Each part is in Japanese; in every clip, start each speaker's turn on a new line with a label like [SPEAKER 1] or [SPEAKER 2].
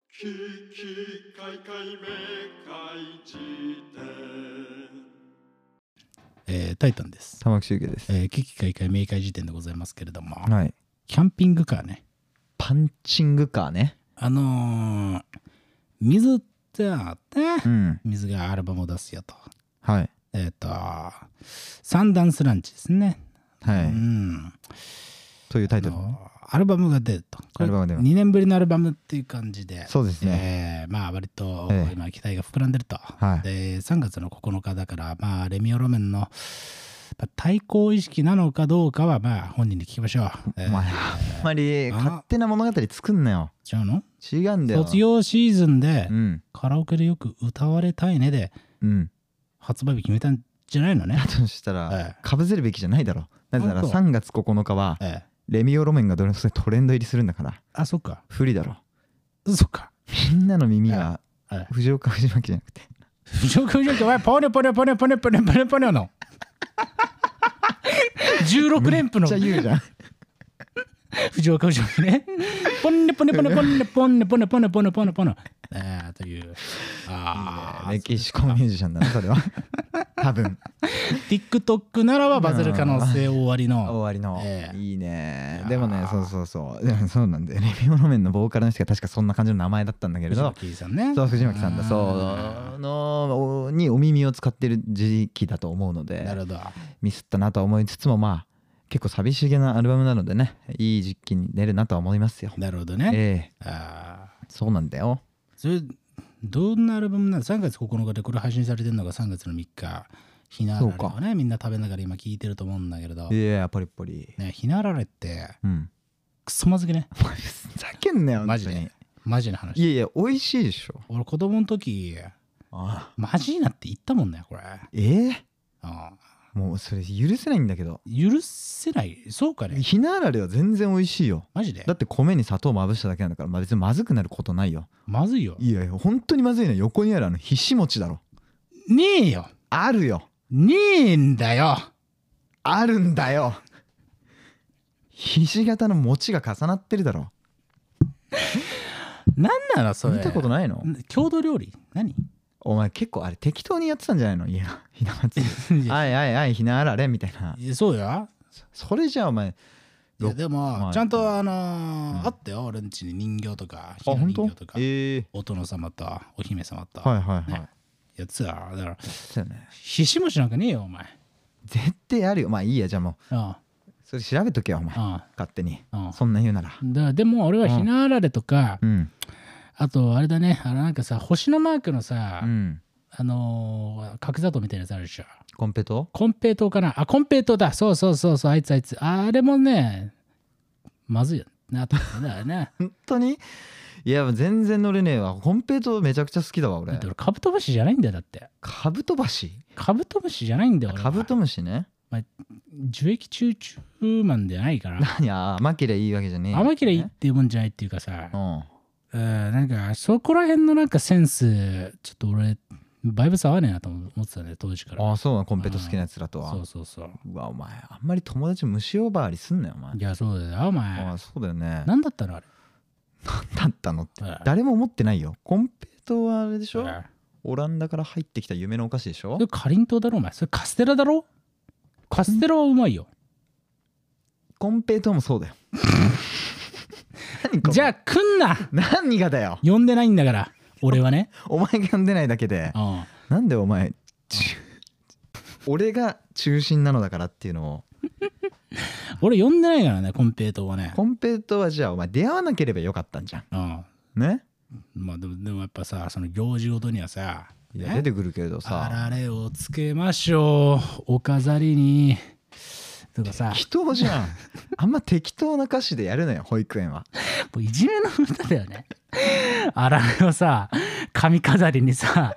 [SPEAKER 1] ききかいかいめかいじえータイタンです。
[SPEAKER 2] 玉木周家です。
[SPEAKER 1] えー、危機開会明快時点でございますけれども、
[SPEAKER 2] はい。
[SPEAKER 1] キャンピングカーね。
[SPEAKER 2] パンチングカーね。
[SPEAKER 1] あのー、水ってあって、
[SPEAKER 2] うん。
[SPEAKER 1] 水がアルバムを出すよと。
[SPEAKER 2] はい。
[SPEAKER 1] えっ、と、三段スランチですね。
[SPEAKER 2] はい。
[SPEAKER 1] うん。
[SPEAKER 2] というタイトルのね、
[SPEAKER 1] アルバムが出ると。こ
[SPEAKER 2] ア
[SPEAKER 1] れ
[SPEAKER 2] ルバムが出る
[SPEAKER 1] 2年ぶりのアルバムっていう感じで。
[SPEAKER 2] そうですね。
[SPEAKER 1] えーまあ割と
[SPEAKER 2] ええ
[SPEAKER 1] 今期待が膨らんでると、
[SPEAKER 2] はい
[SPEAKER 1] で3月の9日だからまあレミオロメンのまあ対抗意識なのかどうかはまあ本人に聞きましょう、えー
[SPEAKER 2] お前、あんまり勝手な物語作んなよ。
[SPEAKER 1] 違うの
[SPEAKER 2] 違うんだよ。
[SPEAKER 1] 卒業シーズンで
[SPEAKER 2] うん。
[SPEAKER 1] カラオケでよく歌われたいねで
[SPEAKER 2] うん。
[SPEAKER 1] 発売日決めたんじゃないのね
[SPEAKER 2] だとした
[SPEAKER 1] え
[SPEAKER 2] ら、かぶせるべきじゃないだろ。なぜなら
[SPEAKER 1] 本当
[SPEAKER 2] 3月9日は、
[SPEAKER 1] ええ
[SPEAKER 2] レミオロメンがどれそれトレンド入りするんだから、
[SPEAKER 1] あそっか
[SPEAKER 2] 不利だろ。
[SPEAKER 1] そっか
[SPEAKER 2] みんなの耳は
[SPEAKER 1] ええ、
[SPEAKER 2] 藤岡藤巻じ ゃなくて、
[SPEAKER 1] 不条不条はポニョポニョポニョポニョポニョポニョポニョの16連符
[SPEAKER 2] めっ
[SPEAKER 1] の
[SPEAKER 2] ちゃ言うじゃん。
[SPEAKER 1] 藤岡藤岡ね。ポンネポネポネポネポネポネポネポネポネポネ。えーという。ああ、
[SPEAKER 2] メキシコミュージシャンだな、そ れは。多分
[SPEAKER 1] TikTok ならばバズる可能性終わり
[SPEAKER 2] 終
[SPEAKER 1] の。
[SPEAKER 2] わりの、
[SPEAKER 1] ええ
[SPEAKER 2] いいね
[SPEAKER 1] やー
[SPEAKER 2] でもねそうそうそう でもそうなんだよレミオロメンのボーカルの人が確かそんな感じの名前だったんだけれ
[SPEAKER 1] 藤
[SPEAKER 2] ど
[SPEAKER 1] 巻さんね。
[SPEAKER 2] そう藤巻さんだ
[SPEAKER 1] あ
[SPEAKER 2] そうのおにお耳を使ってる時期だと思うの
[SPEAKER 1] ーな
[SPEAKER 2] で
[SPEAKER 1] るほど。
[SPEAKER 2] ミスったなとは思いつつもまあ結構寂しげなアルバムなのでねいい時期に出るなとは思いますよ
[SPEAKER 1] なるほどね。
[SPEAKER 2] ええ
[SPEAKER 1] あー
[SPEAKER 2] そうなんだよ
[SPEAKER 1] それ、どんなアルバムなの ?3 月9日でこれ配信されてるのが3月の3日。ひなあられ
[SPEAKER 2] そう
[SPEAKER 1] をね、みんな食べながら今聞いてると思うんだけれど
[SPEAKER 2] い。やポリポリ
[SPEAKER 1] ね、ひなあられって、
[SPEAKER 2] うん
[SPEAKER 1] くそまずきね。
[SPEAKER 2] お前ふざけんなよ
[SPEAKER 1] マジで
[SPEAKER 2] 本当に
[SPEAKER 1] マジな話。
[SPEAKER 2] いやいや美味しいでしょ
[SPEAKER 1] 俺子供の時、
[SPEAKER 2] あ
[SPEAKER 1] マジなって言ったもんね、これ。
[SPEAKER 2] ええ
[SPEAKER 1] ああ
[SPEAKER 2] もうそれ許せないんだけど
[SPEAKER 1] 許せないそうかね
[SPEAKER 2] ひなあられは全然美味しいよ
[SPEAKER 1] マジで
[SPEAKER 2] だって米に砂糖まぶしただけなんだから、まあ、別にまずくなることないよ
[SPEAKER 1] まずいよ
[SPEAKER 2] いやいや本当にまずいのは横にあるあのひし餅だろ
[SPEAKER 1] ねえよ
[SPEAKER 2] あるよ
[SPEAKER 1] ねえんだよ
[SPEAKER 2] あるんだよひし形の餅が重なってるだろ
[SPEAKER 1] なんなのそれ
[SPEAKER 2] 見たことないの
[SPEAKER 1] 郷土料理何
[SPEAKER 2] お前結構あれ適当にやってたんじゃないのいやひな祭 り
[SPEAKER 1] いや
[SPEAKER 2] あいあいあいひなあられみたいない
[SPEAKER 1] やそうよ
[SPEAKER 2] それじゃあお前
[SPEAKER 1] いやで
[SPEAKER 2] ま
[SPEAKER 1] も
[SPEAKER 2] あ
[SPEAKER 1] ちゃんとあの
[SPEAKER 2] う
[SPEAKER 1] ー
[SPEAKER 2] ん
[SPEAKER 1] あったよ俺んちに人形とか
[SPEAKER 2] あ
[SPEAKER 1] ひな
[SPEAKER 2] 本
[SPEAKER 1] 人
[SPEAKER 2] 当
[SPEAKER 1] 形とか
[SPEAKER 2] ええ
[SPEAKER 1] お殿様とお姫様と
[SPEAKER 2] はいはいはい
[SPEAKER 1] ねやつだだから
[SPEAKER 2] そうだよね
[SPEAKER 1] ひしもしなんかねえよお前
[SPEAKER 2] 絶対あるよまあいいやじゃあも
[SPEAKER 1] あ
[SPEAKER 2] うそれ調べとけよお前
[SPEAKER 1] ああ
[SPEAKER 2] 勝手に
[SPEAKER 1] ああ
[SPEAKER 2] そんな言うなら
[SPEAKER 1] あだでも俺はひなあられとか、
[SPEAKER 2] うん
[SPEAKER 1] あとあれだねあのなんかさ星のマークのさ、
[SPEAKER 2] うん
[SPEAKER 1] あのー角砂糖みたいなやつあるでしょ
[SPEAKER 2] コンペと
[SPEAKER 1] コンペイトーかなあ、コンペイトーだ。そうそうそうそう、あいつあいつ。あれもね、まずいよなと思うんだよ ね。
[SPEAKER 2] 本当にいや全然乗れねえわコンペイトーめちゃくちゃ好きだわ
[SPEAKER 1] だ
[SPEAKER 2] 俺
[SPEAKER 1] って俺カブトムシじゃないんだよ、だって。
[SPEAKER 2] カブトバシ
[SPEAKER 1] カブトムシじゃないんだよ、俺は
[SPEAKER 2] カブトムシね
[SPEAKER 1] 樹液中中マンじゃないから。
[SPEAKER 2] 何あ甘けりゃいいわけじゃねえ
[SPEAKER 1] 甘ければいいっ
[SPEAKER 2] ね
[SPEAKER 1] ていうもんじゃないっていうかさ
[SPEAKER 2] う、ん
[SPEAKER 1] うん、なんかそこら辺のなんかセンス、ちょっと俺、バイブス合わねえなと思ってたね、当時から。
[SPEAKER 2] あそうなコンペイトー好きなやつらとは
[SPEAKER 1] そうそうそう。
[SPEAKER 2] うわお前あんまり友達虫呼ばわりすんなよお前
[SPEAKER 1] いや、そうだよ、お前
[SPEAKER 2] あ。そうだよね
[SPEAKER 1] なんだったのあれ。
[SPEAKER 2] 何だったのって
[SPEAKER 1] うん
[SPEAKER 2] 誰も思ってないよコンペイトーはあれでしょ
[SPEAKER 1] うん
[SPEAKER 2] オランダから入ってきた夢のお菓子でしょ
[SPEAKER 1] それかりんとうだろお前それカステラだろカステラはうまいよ
[SPEAKER 2] コンペイトー もそうだよ何これ
[SPEAKER 1] じゃあ来んな
[SPEAKER 2] 何がだよ
[SPEAKER 1] 呼んでないんだから俺は ね、
[SPEAKER 2] お前が呼んでないだけで
[SPEAKER 1] うん、
[SPEAKER 2] なんでお前ちゅ俺が中心なのだからっていうのを
[SPEAKER 1] 俺呼んでないからねコンペイトーはね
[SPEAKER 2] コンペイトーはじゃあお前出会わなければよかったんじゃ
[SPEAKER 1] うん
[SPEAKER 2] んね
[SPEAKER 1] まあでもでもやっぱさその行事ごとにはさ
[SPEAKER 2] いや
[SPEAKER 1] ね
[SPEAKER 2] 出てくるけれど
[SPEAKER 1] あ
[SPEAKER 2] さ
[SPEAKER 1] られをつけましょうお飾りにとかさ
[SPEAKER 2] 適当じゃんあんま適当な歌詞でやるのよ保育園は
[SPEAKER 1] もういじめの歌だよねあられをさ髪飾りにさ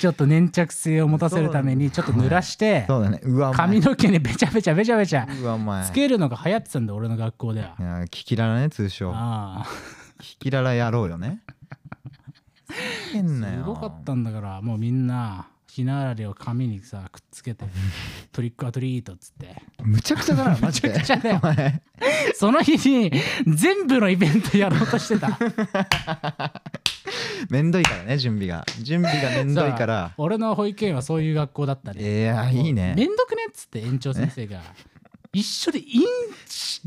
[SPEAKER 1] ちょっと粘着性を持たせるためにちょっと濡らして
[SPEAKER 2] そうだねうわお前
[SPEAKER 1] 髪の毛にべちゃべちゃべちゃべちゃ
[SPEAKER 2] うわお前。
[SPEAKER 1] つけるのが流行ってたんだ俺の学校ではい
[SPEAKER 2] やキキララね通称
[SPEAKER 1] ああ
[SPEAKER 2] キキララやろうよねす
[SPEAKER 1] すごかったんだからもうみんなひなあられを紙にさくっつけてトリックアトリートっつって
[SPEAKER 2] むちゃくちゃだなマ
[SPEAKER 1] め
[SPEAKER 2] ジ
[SPEAKER 1] ちゃ
[SPEAKER 2] で
[SPEAKER 1] くちゃだよ
[SPEAKER 2] お前
[SPEAKER 1] その日に全部のイベントやろうとしてた
[SPEAKER 2] めんどいからね準備が準備がめんどいから
[SPEAKER 1] 俺の保育園はそういう学校だった
[SPEAKER 2] い
[SPEAKER 1] ね
[SPEAKER 2] やいいね
[SPEAKER 1] めんどくねっつって園長先生 が一緒でいいん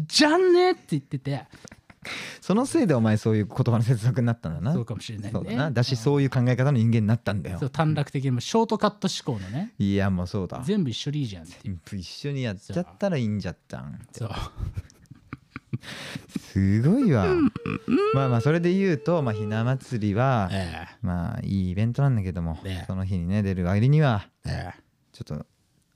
[SPEAKER 1] じゃんねって言ってて
[SPEAKER 2] そのせいでお前そういう言葉の接続になったんだな
[SPEAKER 1] そうかもしれない
[SPEAKER 2] そうだ
[SPEAKER 1] ね
[SPEAKER 2] なだ
[SPEAKER 1] う
[SPEAKER 2] し
[SPEAKER 1] ん
[SPEAKER 2] そういう考え方の人間になったんだよ
[SPEAKER 1] そう短絡的にもショートカット思考のね
[SPEAKER 2] いやもうそうだ
[SPEAKER 1] 全部一緒でいいじゃんっていう
[SPEAKER 2] 全部一緒にやっちゃったらいいんじゃったん
[SPEAKER 1] そう
[SPEAKER 2] すごいわまあまあそれで言うと、まあ、ひな祭りは
[SPEAKER 1] え
[SPEAKER 2] まあいいイベントなんだけども
[SPEAKER 1] ね
[SPEAKER 2] その日にね出る割には
[SPEAKER 1] ええ
[SPEAKER 2] ちょっと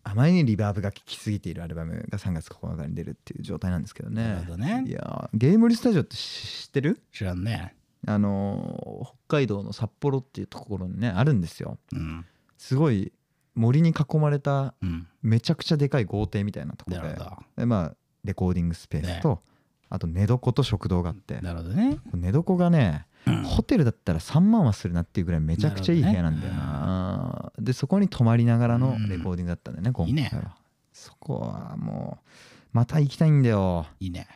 [SPEAKER 2] あまりにリバーブが効きすぎているアルバムが3月9日に出るっていう状態なんですけどね
[SPEAKER 1] なるほどね
[SPEAKER 2] いやーゲームリスタジオって知ってる
[SPEAKER 1] え知らんね
[SPEAKER 2] あのー北海道の札幌っていうところにねあるんですよ
[SPEAKER 1] うん
[SPEAKER 2] すごい森に囲まれた
[SPEAKER 1] うん
[SPEAKER 2] めちゃくちゃでかい豪邸みたいなところ
[SPEAKER 1] な
[SPEAKER 2] で
[SPEAKER 1] るほど
[SPEAKER 2] でまあレコーディングスペースと、あと寝床と食堂があって
[SPEAKER 1] なるほどね
[SPEAKER 2] 寝床がね、ホテルだったら3万はするなっていうぐらいめちゃくちゃいい部屋なんだよな
[SPEAKER 1] なるほ
[SPEAKER 2] でそこに泊まりながらのレコーディングだったんだよね、今
[SPEAKER 1] いいね
[SPEAKER 2] 回はそこはもうまた行きたいんだよ
[SPEAKER 1] いいね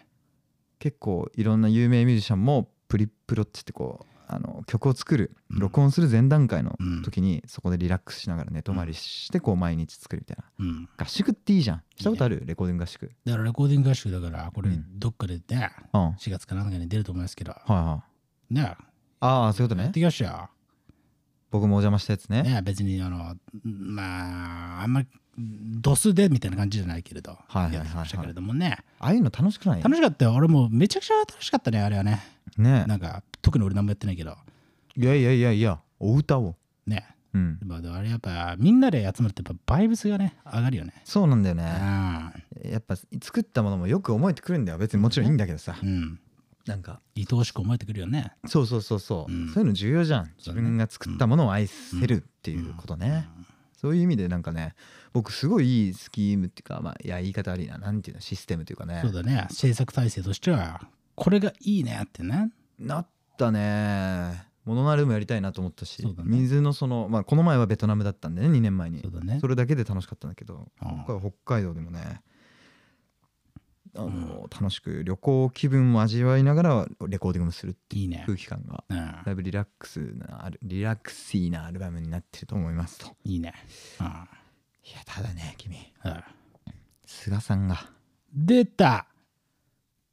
[SPEAKER 2] 結構いろんな有名ミュージシャンもプリプロっつってこうあの曲を作る
[SPEAKER 1] うん
[SPEAKER 2] 録音する前段階の
[SPEAKER 1] うん
[SPEAKER 2] 時にそこでリラックスしながら寝泊まりしてこう毎日作るみたいな
[SPEAKER 1] うん
[SPEAKER 2] 合宿っていいじゃんしたことあるレコーディング合宿
[SPEAKER 1] だからレコーディング合宿だからこれ
[SPEAKER 2] うん
[SPEAKER 1] どっかでね
[SPEAKER 2] うんはい
[SPEAKER 1] 4月かなんかに出ると思いますけど
[SPEAKER 2] はい
[SPEAKER 1] ね
[SPEAKER 2] ああそういうこと
[SPEAKER 1] やっ
[SPEAKER 2] ね
[SPEAKER 1] てきましたよ
[SPEAKER 2] 僕もお邪魔したやつね
[SPEAKER 1] ね別にあのまああんまりドスでみたいな感じじゃないけれど
[SPEAKER 2] はいはいはいはい
[SPEAKER 1] やってましたけれどもね
[SPEAKER 2] ああいうの楽しくない
[SPEAKER 1] 楽しかったよ俺もめちゃくちゃ楽しかったねあれはね
[SPEAKER 2] ね
[SPEAKER 1] なんか特に俺何もやってないけど
[SPEAKER 2] いやいやいやいやお歌を
[SPEAKER 1] ね
[SPEAKER 2] うん
[SPEAKER 1] まあでもあれやっぱみんなで集まるとやっぱバイブスがね上がるよね
[SPEAKER 2] そうなんだよね
[SPEAKER 1] ああ
[SPEAKER 2] やっぱ作ったものもよく思えてくるんだよ別にもちろんいいんだけどさ
[SPEAKER 1] うん
[SPEAKER 2] なんか
[SPEAKER 1] 愛おしく思えてくるよね
[SPEAKER 2] そうそうそうそう、
[SPEAKER 1] うん
[SPEAKER 2] そういうの重要じゃん自
[SPEAKER 1] そうだね
[SPEAKER 2] 分が作ったものを愛せるっていうことね、そういう意味でなんかね僕すごいいいスキームっていうかまあいや言い方悪いななんていうのシステムというかね
[SPEAKER 1] そうだね制作体制としてはこれがいいねってね
[SPEAKER 2] なったねモノナルもやりたいなと思ったし、
[SPEAKER 1] そうだね
[SPEAKER 2] 水のそのまあこの前はベトナムだったんでね2年前に
[SPEAKER 1] そうだね
[SPEAKER 2] れだけで楽しかったんだけど
[SPEAKER 1] ああ
[SPEAKER 2] 今回は北海道でもねあの楽しく旅行気分を味わいながらレコーディングもするって
[SPEAKER 1] いい
[SPEAKER 2] いう
[SPEAKER 1] ね
[SPEAKER 2] 空気感が
[SPEAKER 1] うん
[SPEAKER 2] だいぶリラックスなあるリラックスいいなアルバムになってると思いますと
[SPEAKER 1] いいねうん
[SPEAKER 2] いやただね君
[SPEAKER 1] うん
[SPEAKER 2] 菅さんが
[SPEAKER 1] 出た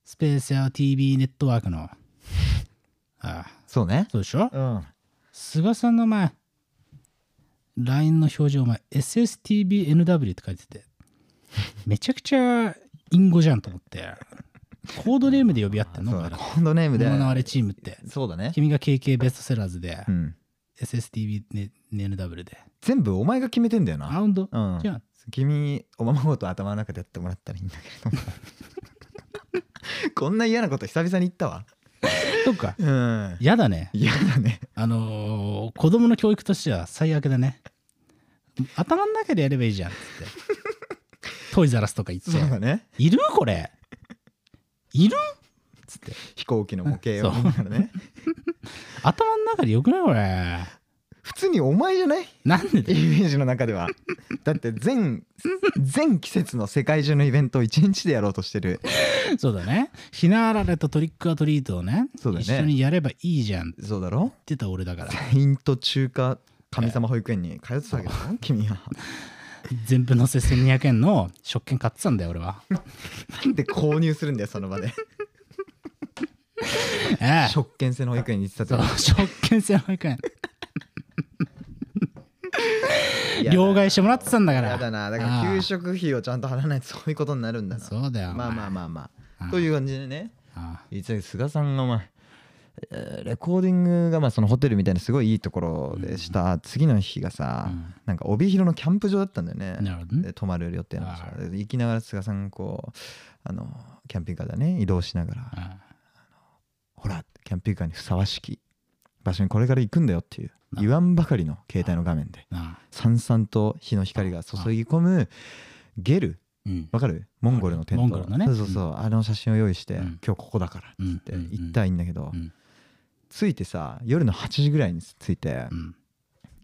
[SPEAKER 1] スペースや TV ネットワークのああ
[SPEAKER 2] そうね
[SPEAKER 1] そうでしょ
[SPEAKER 2] うん
[SPEAKER 1] 菅さんの前 LINE の表示お前 SSTBNW って書いててめちゃくちゃインゴじゃんと思ってコードネームで呼び合ってんの
[SPEAKER 2] そ
[SPEAKER 1] お
[SPEAKER 2] う
[SPEAKER 1] 前
[SPEAKER 2] だ
[SPEAKER 1] ら
[SPEAKER 2] コンドネームで
[SPEAKER 1] 物のあれチームって
[SPEAKER 2] そうだね
[SPEAKER 1] 君が KK ベストセラーズで
[SPEAKER 2] うん
[SPEAKER 1] SSTBNW で
[SPEAKER 2] 全部お前が決めてんだよな
[SPEAKER 1] ラウンド
[SPEAKER 2] うん
[SPEAKER 1] じゃん
[SPEAKER 2] 君おままごと頭の中でやってもらったらいいんだけれども こんな嫌なこと久々に言ったわ
[SPEAKER 1] そっか
[SPEAKER 2] うん
[SPEAKER 1] やだね
[SPEAKER 2] 嫌だね
[SPEAKER 1] あのー子供の教育としては最悪だね頭の中でやればいいじゃ んっつってトイザらスとか行って
[SPEAKER 2] そうだね
[SPEAKER 1] 「いるこれいる?」っつって
[SPEAKER 2] 飛行機の模型を
[SPEAKER 1] そう
[SPEAKER 2] 見ながらね
[SPEAKER 1] 頭の中でよくないこれ
[SPEAKER 2] 普通にお前じゃない
[SPEAKER 1] なんでだ
[SPEAKER 2] イ
[SPEAKER 1] よ
[SPEAKER 2] メージの中ではだって全全季節の世界中のイベントを一日でやろうとしてる
[SPEAKER 1] そうだねひなあられとトリックアトリートをね
[SPEAKER 2] そうだね
[SPEAKER 1] 一緒にやればいいじゃんって
[SPEAKER 2] そうだろ
[SPEAKER 1] 言ってた俺だから
[SPEAKER 2] イント中華神様保育園に通ってたわけど君は
[SPEAKER 1] 全部のせ1200円の食券買ってたんだよ俺 は
[SPEAKER 2] なんで購入するんだよその場で
[SPEAKER 1] ええ
[SPEAKER 2] 食券制の保育園に行ってた
[SPEAKER 1] そ
[SPEAKER 2] と
[SPEAKER 1] う食券制保育園
[SPEAKER 2] いや
[SPEAKER 1] 両替してもらってたんだから
[SPEAKER 2] やだなだから
[SPEAKER 1] ああ
[SPEAKER 2] 給食費をちゃんと払わないとそういうことになるんだな
[SPEAKER 1] そうだよ
[SPEAKER 2] まあまあ
[SPEAKER 1] あ
[SPEAKER 2] まあまあ
[SPEAKER 1] ああ
[SPEAKER 2] という感じでね
[SPEAKER 1] あ
[SPEAKER 2] 言ってたけど菅さんがまあえーレコーディングがまあそのホテルみたいなすごいいいところでした次の日がさ、
[SPEAKER 1] うん
[SPEAKER 2] なんか帯広のキャンプ場だったんだよね
[SPEAKER 1] なるほどね
[SPEAKER 2] で泊まる予定なんですよ
[SPEAKER 1] あ
[SPEAKER 2] で行きながら菅さんがこうあのキャンピングカーでね移動しながら
[SPEAKER 1] あ
[SPEAKER 2] ほらキャンピングカーにふさわしき場所にこれから行くんだよっていう
[SPEAKER 1] な
[SPEAKER 2] 言わんばかりの携帯の画面で
[SPEAKER 1] あ
[SPEAKER 2] さんさんと日の光が注ぎ込むゲル
[SPEAKER 1] うん
[SPEAKER 2] わかるモンゴルのテント
[SPEAKER 1] モンゴルのね
[SPEAKER 2] そうそうそう、あの写真を用意して、
[SPEAKER 1] うん
[SPEAKER 2] 今日ここだから
[SPEAKER 1] うん
[SPEAKER 2] って
[SPEAKER 1] うん
[SPEAKER 2] 行ったらいいんだけど、
[SPEAKER 1] うん
[SPEAKER 2] 着いてさ夜の8時ぐらいに着いて、
[SPEAKER 1] うん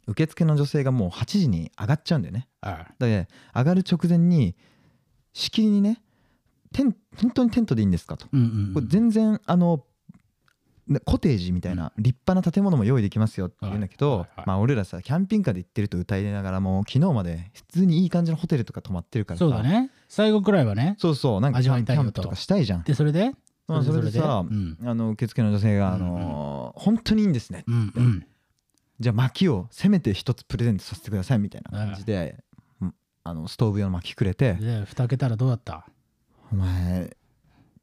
[SPEAKER 2] 受付の女性がもう8時に上がっちゃうんだよね
[SPEAKER 1] あ
[SPEAKER 2] で上がる直前にしきりにねテン「本当にテントでいいんですか?」と、
[SPEAKER 1] うんうんうん
[SPEAKER 2] これ全然あのなコテージみたいな立派な建物も用意できますよって言うんだけ
[SPEAKER 1] はい
[SPEAKER 2] ど
[SPEAKER 1] はいはい
[SPEAKER 2] まあ俺らさキャンピングカーで行ってると歌いながらもう昨日まで普通にいい感じのホテルとか泊まってるからさ
[SPEAKER 1] そうだね最後くらいはね
[SPEAKER 2] そうそうなんかキ
[SPEAKER 1] 味わ
[SPEAKER 2] ャ
[SPEAKER 1] い
[SPEAKER 2] ンキ
[SPEAKER 1] たいよ
[SPEAKER 2] ャ
[SPEAKER 1] と
[SPEAKER 2] ンプとかしたいじゃん
[SPEAKER 1] でそれで
[SPEAKER 2] まあそれでさ
[SPEAKER 1] うん
[SPEAKER 2] あの受付の女性が「あのー本当にいいんですね」
[SPEAKER 1] うんうん
[SPEAKER 2] じゃあ薪をせめて一つプレゼントさせてくださいみたいな感じで、うんあのストーブ用の薪くれて
[SPEAKER 1] で蓋開けたらどうだった
[SPEAKER 2] 「お前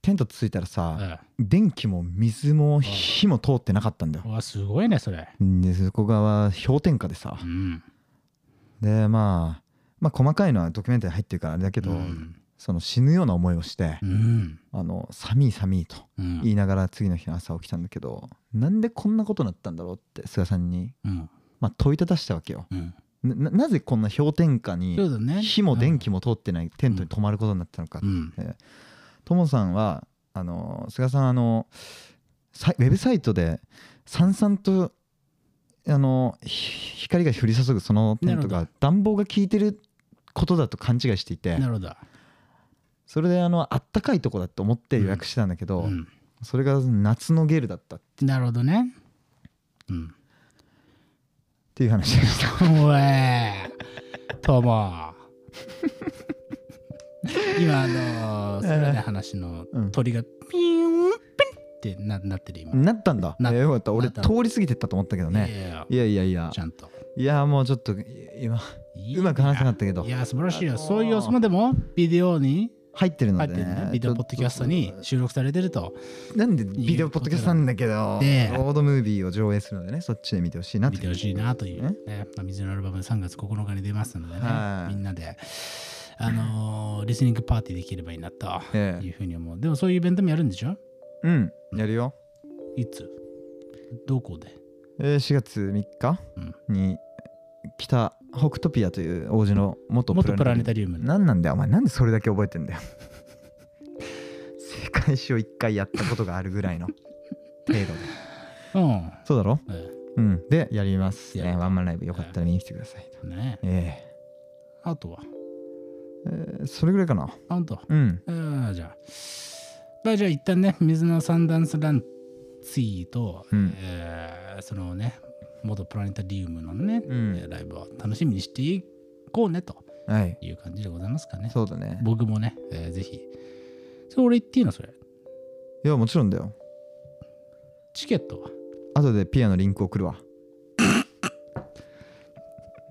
[SPEAKER 2] テントついたらさ
[SPEAKER 1] え
[SPEAKER 2] 電気も水も火も通ってなかったんだよ
[SPEAKER 1] えうわすごいねそれ」
[SPEAKER 2] でそこが氷点下でさ
[SPEAKER 1] うん
[SPEAKER 2] でまあまあ細かいのはドキュメンタリー入ってるからあれだけど、
[SPEAKER 1] うん
[SPEAKER 2] その死ぬような思いをして
[SPEAKER 1] う、ん
[SPEAKER 2] あの寒い寒いと
[SPEAKER 1] うん
[SPEAKER 2] 言いながら次の日の朝起きたんだけど、なんでこんなことになったんだろうって菅さんに、
[SPEAKER 1] うん
[SPEAKER 2] まあ、問いただしたわけよ。
[SPEAKER 1] うん
[SPEAKER 2] なななぜこんな氷点下に
[SPEAKER 1] そうだね
[SPEAKER 2] 火も電気も通ってないテントに泊まることになったのか
[SPEAKER 1] う。ん
[SPEAKER 2] ともさんはあの菅さんあのさウェブサイトでさんさんとあのひ光が降り注ぐそのテント
[SPEAKER 1] なる
[SPEAKER 2] が暖房が効いてることだと勘違いしていて
[SPEAKER 1] なるほど
[SPEAKER 2] それであのあったかいとこだと思って予約してたんだけど、
[SPEAKER 1] うん
[SPEAKER 2] それが夏のゲルだったっ
[SPEAKER 1] なるほどねうん
[SPEAKER 2] ていう話でした。
[SPEAKER 1] おえとも今あのーそれで話の
[SPEAKER 2] うん
[SPEAKER 1] 鳥がピューンピンってな なってる今、
[SPEAKER 2] なったんだ。
[SPEAKER 1] な
[SPEAKER 2] えよかった俺
[SPEAKER 1] なった
[SPEAKER 2] 通り過ぎてったと思ったけど
[SPEAKER 1] いや
[SPEAKER 2] ね。
[SPEAKER 1] いや
[SPEAKER 2] いやいやいや
[SPEAKER 1] ちゃんと
[SPEAKER 2] いやもうちょっと今
[SPEAKER 1] いう
[SPEAKER 2] まく話せなかったけど
[SPEAKER 1] いや素晴らしいよ
[SPEAKER 2] あのー
[SPEAKER 1] そういう様子までもビデオに
[SPEAKER 2] 入ってるの
[SPEAKER 1] 入っ
[SPEAKER 2] で
[SPEAKER 1] てるね
[SPEAKER 2] ね。
[SPEAKER 1] ビデオポッドキャストに収録されてると
[SPEAKER 2] なんでビデオポッドキャストなんだけど、ロ
[SPEAKER 1] で
[SPEAKER 2] ードムービーを上映するのでね、そっちで見てほしいなって。
[SPEAKER 1] 見てほしいなというねまあ水のアルバム3月9日に出ますのでね
[SPEAKER 2] はい
[SPEAKER 1] みんなであのーリスニングパーティーできればいいなと
[SPEAKER 2] え
[SPEAKER 1] い
[SPEAKER 2] え
[SPEAKER 1] うふうに思うでもそういうイベントもやるんでしょ
[SPEAKER 2] うん、やるよ。
[SPEAKER 1] いつどこで
[SPEAKER 2] えー4月3日に北北トピアという王子の元
[SPEAKER 1] 元プラネタ
[SPEAKER 2] リ
[SPEAKER 1] リウム
[SPEAKER 2] ウ
[SPEAKER 1] に
[SPEAKER 2] 何なんだよ、お前。なんでそれだけ覚えてんだよ。 世界史を一回やったことがあるぐらいの程度で。
[SPEAKER 1] うん
[SPEAKER 2] そうだろ
[SPEAKER 1] え
[SPEAKER 2] うん。で、やります、
[SPEAKER 1] や
[SPEAKER 2] ね。
[SPEAKER 1] る
[SPEAKER 2] ワンマンライブよかったら見に来てくださいと。
[SPEAKER 1] えねえ
[SPEAKER 2] え
[SPEAKER 1] あとは
[SPEAKER 2] ええーそれぐらいかな。
[SPEAKER 1] あんと
[SPEAKER 2] うん。
[SPEAKER 1] ああじゃあまあじゃあ一旦ね水のサンダンスランツイーと、
[SPEAKER 2] うん
[SPEAKER 1] えーそのね元プラネタリウムのね、
[SPEAKER 2] うん
[SPEAKER 1] えーライブを楽しみにしていこうねと
[SPEAKER 2] はい。
[SPEAKER 1] いう感じでございますかね
[SPEAKER 2] そうだね。
[SPEAKER 1] 僕もね、えーぜひそれ俺言っていいのそれ
[SPEAKER 2] いや、もちろんだよ。
[SPEAKER 1] チケットは
[SPEAKER 2] 後でピアのリンク送るわ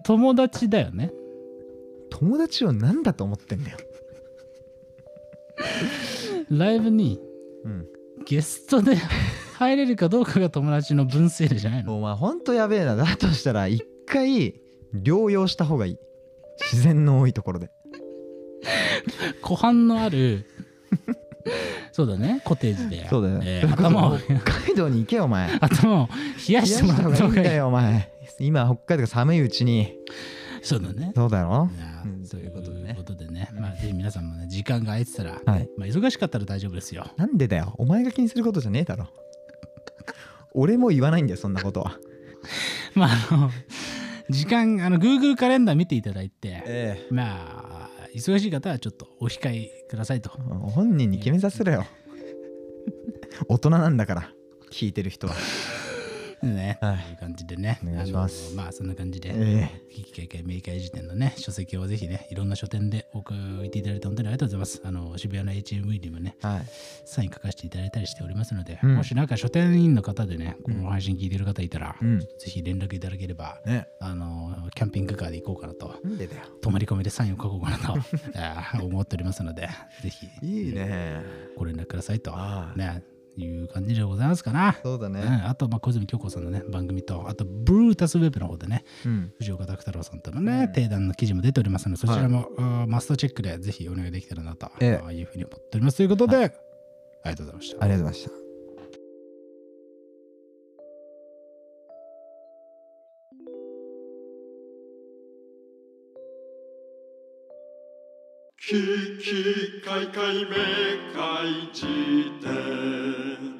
[SPEAKER 1] 友達だよね
[SPEAKER 2] 友達を何だと思ってんだよ、
[SPEAKER 1] ライブに
[SPEAKER 2] うん、
[SPEAKER 1] ゲストで入れるかどうかが友達の分水嶺じゃないの
[SPEAKER 2] お前ほんとやべえなだとしたら一回療養した方がいい自然の多いところで
[SPEAKER 1] 湖畔のあ るそうだねコテージで
[SPEAKER 2] そうだよ、
[SPEAKER 1] えー
[SPEAKER 2] それこそ
[SPEAKER 1] 頭を
[SPEAKER 2] 北海道に行けよ お前
[SPEAKER 1] 頭を冷や
[SPEAKER 2] 冷や
[SPEAKER 1] しても
[SPEAKER 2] した
[SPEAKER 1] ら
[SPEAKER 2] 方
[SPEAKER 1] った
[SPEAKER 2] がいい
[SPEAKER 1] 方
[SPEAKER 2] ん
[SPEAKER 1] がい
[SPEAKER 2] だ
[SPEAKER 1] い。
[SPEAKER 2] よお前今北海道が寒いうちに
[SPEAKER 1] そうだね。
[SPEAKER 2] そうだろ
[SPEAKER 1] いや
[SPEAKER 2] うん
[SPEAKER 1] と
[SPEAKER 2] と
[SPEAKER 1] い
[SPEAKER 2] いうう
[SPEAKER 1] こ
[SPEAKER 2] ことと
[SPEAKER 1] で
[SPEAKER 2] でね
[SPEAKER 1] ね。まあ、ぜひ皆さんもね、時間が空いてたら、
[SPEAKER 2] はい
[SPEAKER 1] まあ、忙しかったら大丈夫ですよ。
[SPEAKER 2] なんでだよお前が気にすることじゃねえだろ俺も言わないんだよそんなことは
[SPEAKER 1] まあ、あの、時間、あの、Google カレンダー見ていただいて、
[SPEAKER 2] え
[SPEAKER 1] まあ、忙しい方はちょっとお控えくださいと。
[SPEAKER 2] 本人に決めさせろよ大人なんだから聞いてる人は
[SPEAKER 1] ね。
[SPEAKER 2] はい
[SPEAKER 1] という感じでね。
[SPEAKER 2] お願いします
[SPEAKER 1] あのまあ、そんな感じで、
[SPEAKER 2] ええ
[SPEAKER 1] 危機解明明快辞典のね、書籍をぜひね、いろんな書店で置いていただいて本当にありがとうございます。あの、渋谷の HMV にもね、
[SPEAKER 2] はい
[SPEAKER 1] サイン書かせていただいたりしておりますので、
[SPEAKER 2] うん
[SPEAKER 1] もしなんか書店員の方でね、この配信聞いてる方いたら、
[SPEAKER 2] うん
[SPEAKER 1] ぜひ連絡いただければ、
[SPEAKER 2] ね
[SPEAKER 1] あのキャンピングカーで行こうかなと、
[SPEAKER 2] なんでだよ
[SPEAKER 1] 泊まり込みでサインを書こうかな とあー思っておりますので、ぜひ
[SPEAKER 2] いいね
[SPEAKER 1] ご連絡くださいと、
[SPEAKER 2] ああ
[SPEAKER 1] ね、いう感じでございますかな。
[SPEAKER 2] そうだ
[SPEAKER 1] う
[SPEAKER 2] ね
[SPEAKER 1] ん、あと、まあ、小泉京子さんのね、番組と、あと、ブルータスウェブの方でね、
[SPEAKER 2] うん
[SPEAKER 1] 藤岡拓太郎さんとのね、定談の記事も出ておりますので、そちらも、うんマストチェックでぜひお願いできたらなと、
[SPEAKER 2] ええ
[SPEAKER 1] あーいうふうに思っております。ということで、ありがとうございました
[SPEAKER 2] あ。りがとうございました
[SPEAKER 3] 危機開会明会辞典